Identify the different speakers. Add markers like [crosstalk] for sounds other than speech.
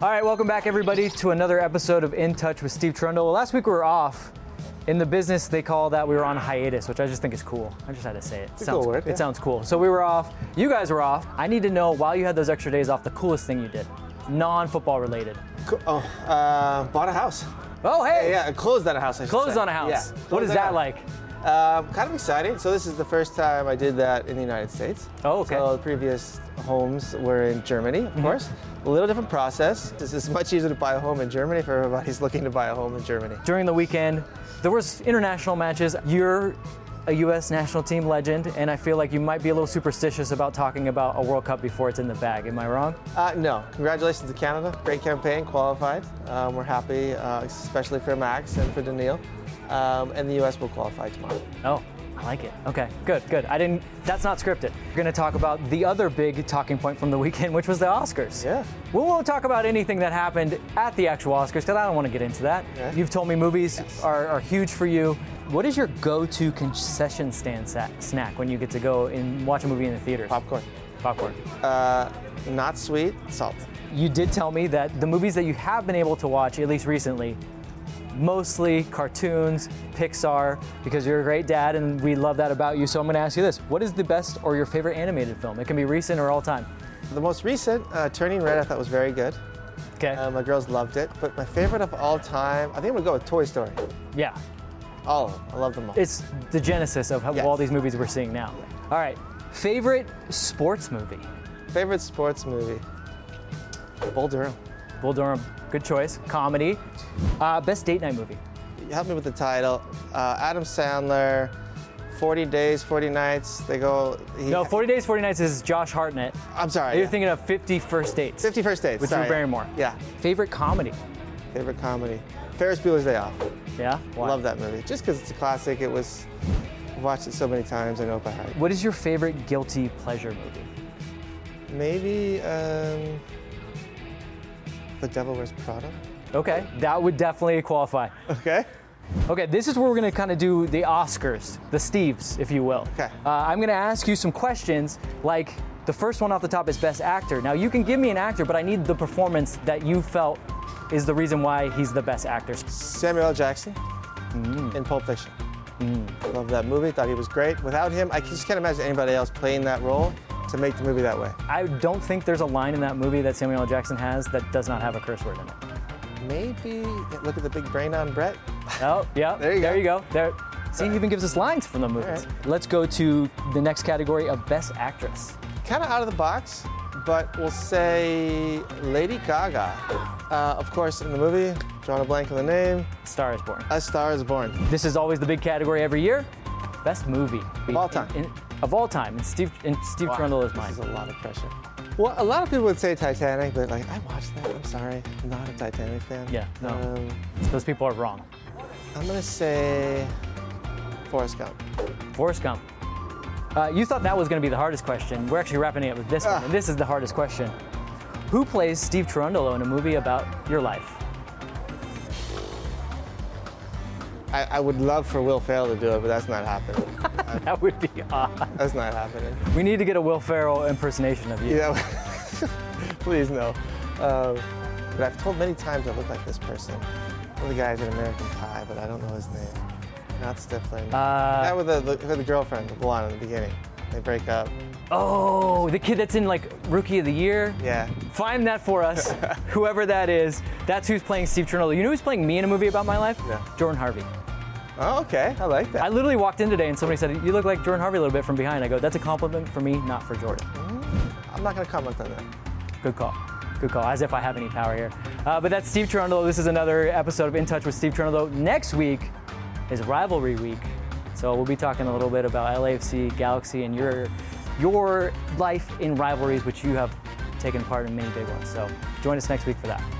Speaker 1: All right, welcome back, everybody, to another episode of In Touch with Steve Trundle. Well, last week we were off. In the business, they call that we were on hiatus, which I just think is cool. I just had to say it.
Speaker 2: a
Speaker 1: sounds
Speaker 2: cool word, yeah.
Speaker 1: It sounds cool. So we were off. You guys were off. I need to know while you had those extra days off, the coolest thing you did, non-football related.
Speaker 2: Co- Oh, uh, bought a house.
Speaker 1: Oh, hey,
Speaker 2: Yeah, closed on a house. I should
Speaker 1: closed
Speaker 2: say.
Speaker 1: on a house.
Speaker 2: Yeah,
Speaker 1: what
Speaker 2: closed
Speaker 1: is
Speaker 2: on a
Speaker 1: that
Speaker 2: house.
Speaker 1: like?
Speaker 2: Um, kind of exciting. So this is the first time I did that in the United States.
Speaker 1: Oh, okay. Mm-hmm.
Speaker 2: So the previous homes were in Germany, of course. A little different process. This is much easier to buy a home in Germany for everybody's [laughs] looking to buy a home in Germany.
Speaker 1: During the weekend, there was international matches. You're a U.S. national team legend, and I feel like you might be a little superstitious about talking about a World Cup before it's in the bag. Am I wrong?
Speaker 2: Uh, no, congratulations to Canada. Great campaign, qualified. Um, we're happy, uh, especially for Max and for Daniil. Um, and the U.S. will qualify tomorrow.
Speaker 1: Oh, I like it. Okay, good, good. I didn't. That's not scripted. We're gonna talk about the other big talking point from the weekend, which was the Oscars.
Speaker 2: Yeah.
Speaker 1: We won't talk about anything that happened at the actual Oscars because I don't want to get into that.
Speaker 2: Yeah.
Speaker 1: You've told me movies
Speaker 2: Yes.
Speaker 1: are, are huge for you. What is your go-to concession stand sa- snack when you get to go and watch a movie in the theater?
Speaker 2: Popcorn.
Speaker 1: Popcorn.
Speaker 2: Uh, not sweet, salt.
Speaker 1: You did tell me that the movies that you have been able to watch, at least recently, mostly cartoons, Pixar, because you're a great dad and we love that about you. So I'm going to ask you this What is the best or your favorite animated film? It can be recent or all time.
Speaker 2: The most recent, uh, Turning Red, I thought was very good.
Speaker 1: Okay.
Speaker 2: Uh, my girls loved it. But my favorite of all time, I think I'm gonna go with Toy Story.
Speaker 1: yeah.
Speaker 2: All of them. I love them all.
Speaker 1: It's the genesis of how,
Speaker 2: Yes.
Speaker 1: all these movies we're seeing now. All right. Favorite sports movie?
Speaker 2: favorite sports movie? Bull Durham.
Speaker 1: Bull Durham, good choice. Comedy. Uh, best date night movie?
Speaker 2: You help me with the title. Uh, Adam Sandler, 40 Days, 40 Nights. They go. He,
Speaker 1: No, 40 Days, 40 Nights is Josh Hartnett.
Speaker 2: I'm sorry.
Speaker 1: You're
Speaker 2: yeah.
Speaker 1: thinking of 50 First Dates.
Speaker 2: 50 First Dates.
Speaker 1: With Drew
Speaker 2: sorry.
Speaker 1: Barrymore.
Speaker 2: Yeah.
Speaker 1: Favorite comedy?
Speaker 2: Favorite comedy. Ferris Bueller's Day Off.
Speaker 1: Yeah? Why?
Speaker 2: Love that movie. Just because it's a classic. It was. I've watched it so many times. I know it by heart.
Speaker 1: What is your favorite guilty pleasure movie?
Speaker 2: Maybe um, The Devil Wears Prada.
Speaker 1: Okay, that would definitely
Speaker 2: [laughs]
Speaker 1: qualify.
Speaker 2: Okay.
Speaker 1: Okay, this is where we're gonna kind of do the Oscars, the Steves, if you will.
Speaker 2: Okay.
Speaker 1: Uh, I'm gonna ask you some questions like the first one off the top is Best Actor. Now, you can give me an actor, but I need the performance that you felt is the reason why he's the best actor.
Speaker 2: Samuel L. Jackson in Pulp Fiction. Love that movie. Thought he was great. Without him, I just can't imagine anybody else playing that role to make the movie that way.
Speaker 1: I don't think there's a line in that movie that Samuel L. Jackson has that does not have a curse word in it.
Speaker 2: Maybe look at the big brain on Brett.
Speaker 1: Oh, yeah.
Speaker 2: [laughs] There you
Speaker 1: There
Speaker 2: go.
Speaker 1: you go. There. See, he even gives us lines from the movies.
Speaker 2: right.
Speaker 1: Let's go to the next category of Best Actress.
Speaker 2: Kind of out of the box, but we'll say Lady Gaga. Uh, of course, in the movie, drawing a blank on the name,
Speaker 1: Star is Born.
Speaker 2: A Star is Born.
Speaker 1: This is always the big category every year. Best movie of
Speaker 2: all time.
Speaker 1: of all time, and Steve and Steve Trundle is mine.
Speaker 2: This is a lot of pressure. Well, a lot of people would say Titanic, but like I watched that. I'm sorry, I'm not a Titanic fan.
Speaker 1: Yeah, no.
Speaker 2: Um,
Speaker 1: Those people are wrong.
Speaker 2: I'm gonna say Forrest Gump.
Speaker 1: Forrest Gump. Uh, you thought that was going to be the hardest question. We're actually wrapping it up with this one,
Speaker 2: Ah.
Speaker 1: and this is the hardest question. Who plays Steve Trundolo in a movie about your life? [laughs]
Speaker 2: I, I would love for Will Ferrell to do it, but that's
Speaker 1: [laughs]
Speaker 2: not happening.
Speaker 1: That would be odd.
Speaker 2: That's not happening.
Speaker 1: We need to get a Will Ferrell impersonation of you.
Speaker 2: You know, [laughs] please no. Um, but I've told many times I look like this person. One of the guys in American Pie, but I don't know his name. Not Stifling.
Speaker 1: Uh,
Speaker 2: that with the, the, with the girlfriend, the blonde in the beginning. They break up.
Speaker 1: Oh, the kid that's in like Rookie of the Year.
Speaker 2: Yeah.
Speaker 1: Find that for
Speaker 2: [laughs]
Speaker 1: us, whoever that is. That's who's playing Steve Trundle. You know who's playing me in a movie about my life?
Speaker 2: Yeah.
Speaker 1: Jordan Harvey.
Speaker 2: Oh, okay. I like that.
Speaker 1: I literally walked in today and somebody said, You look like Jordan Harvey a little bit from behind. I go, That's a compliment for me, not for Jordan.
Speaker 2: I'm not gonna comment on that.
Speaker 1: Good call. Good call, as if I have any power here. Uh, but that's Steve Trundle. This is another episode of In Touch with Steve Trundle. Next week is rivalry week. So we'll be talking a little bit about LAFC, Galaxy, and your your life in rivalries, which you have taken part in many big ones. So join us next week for that.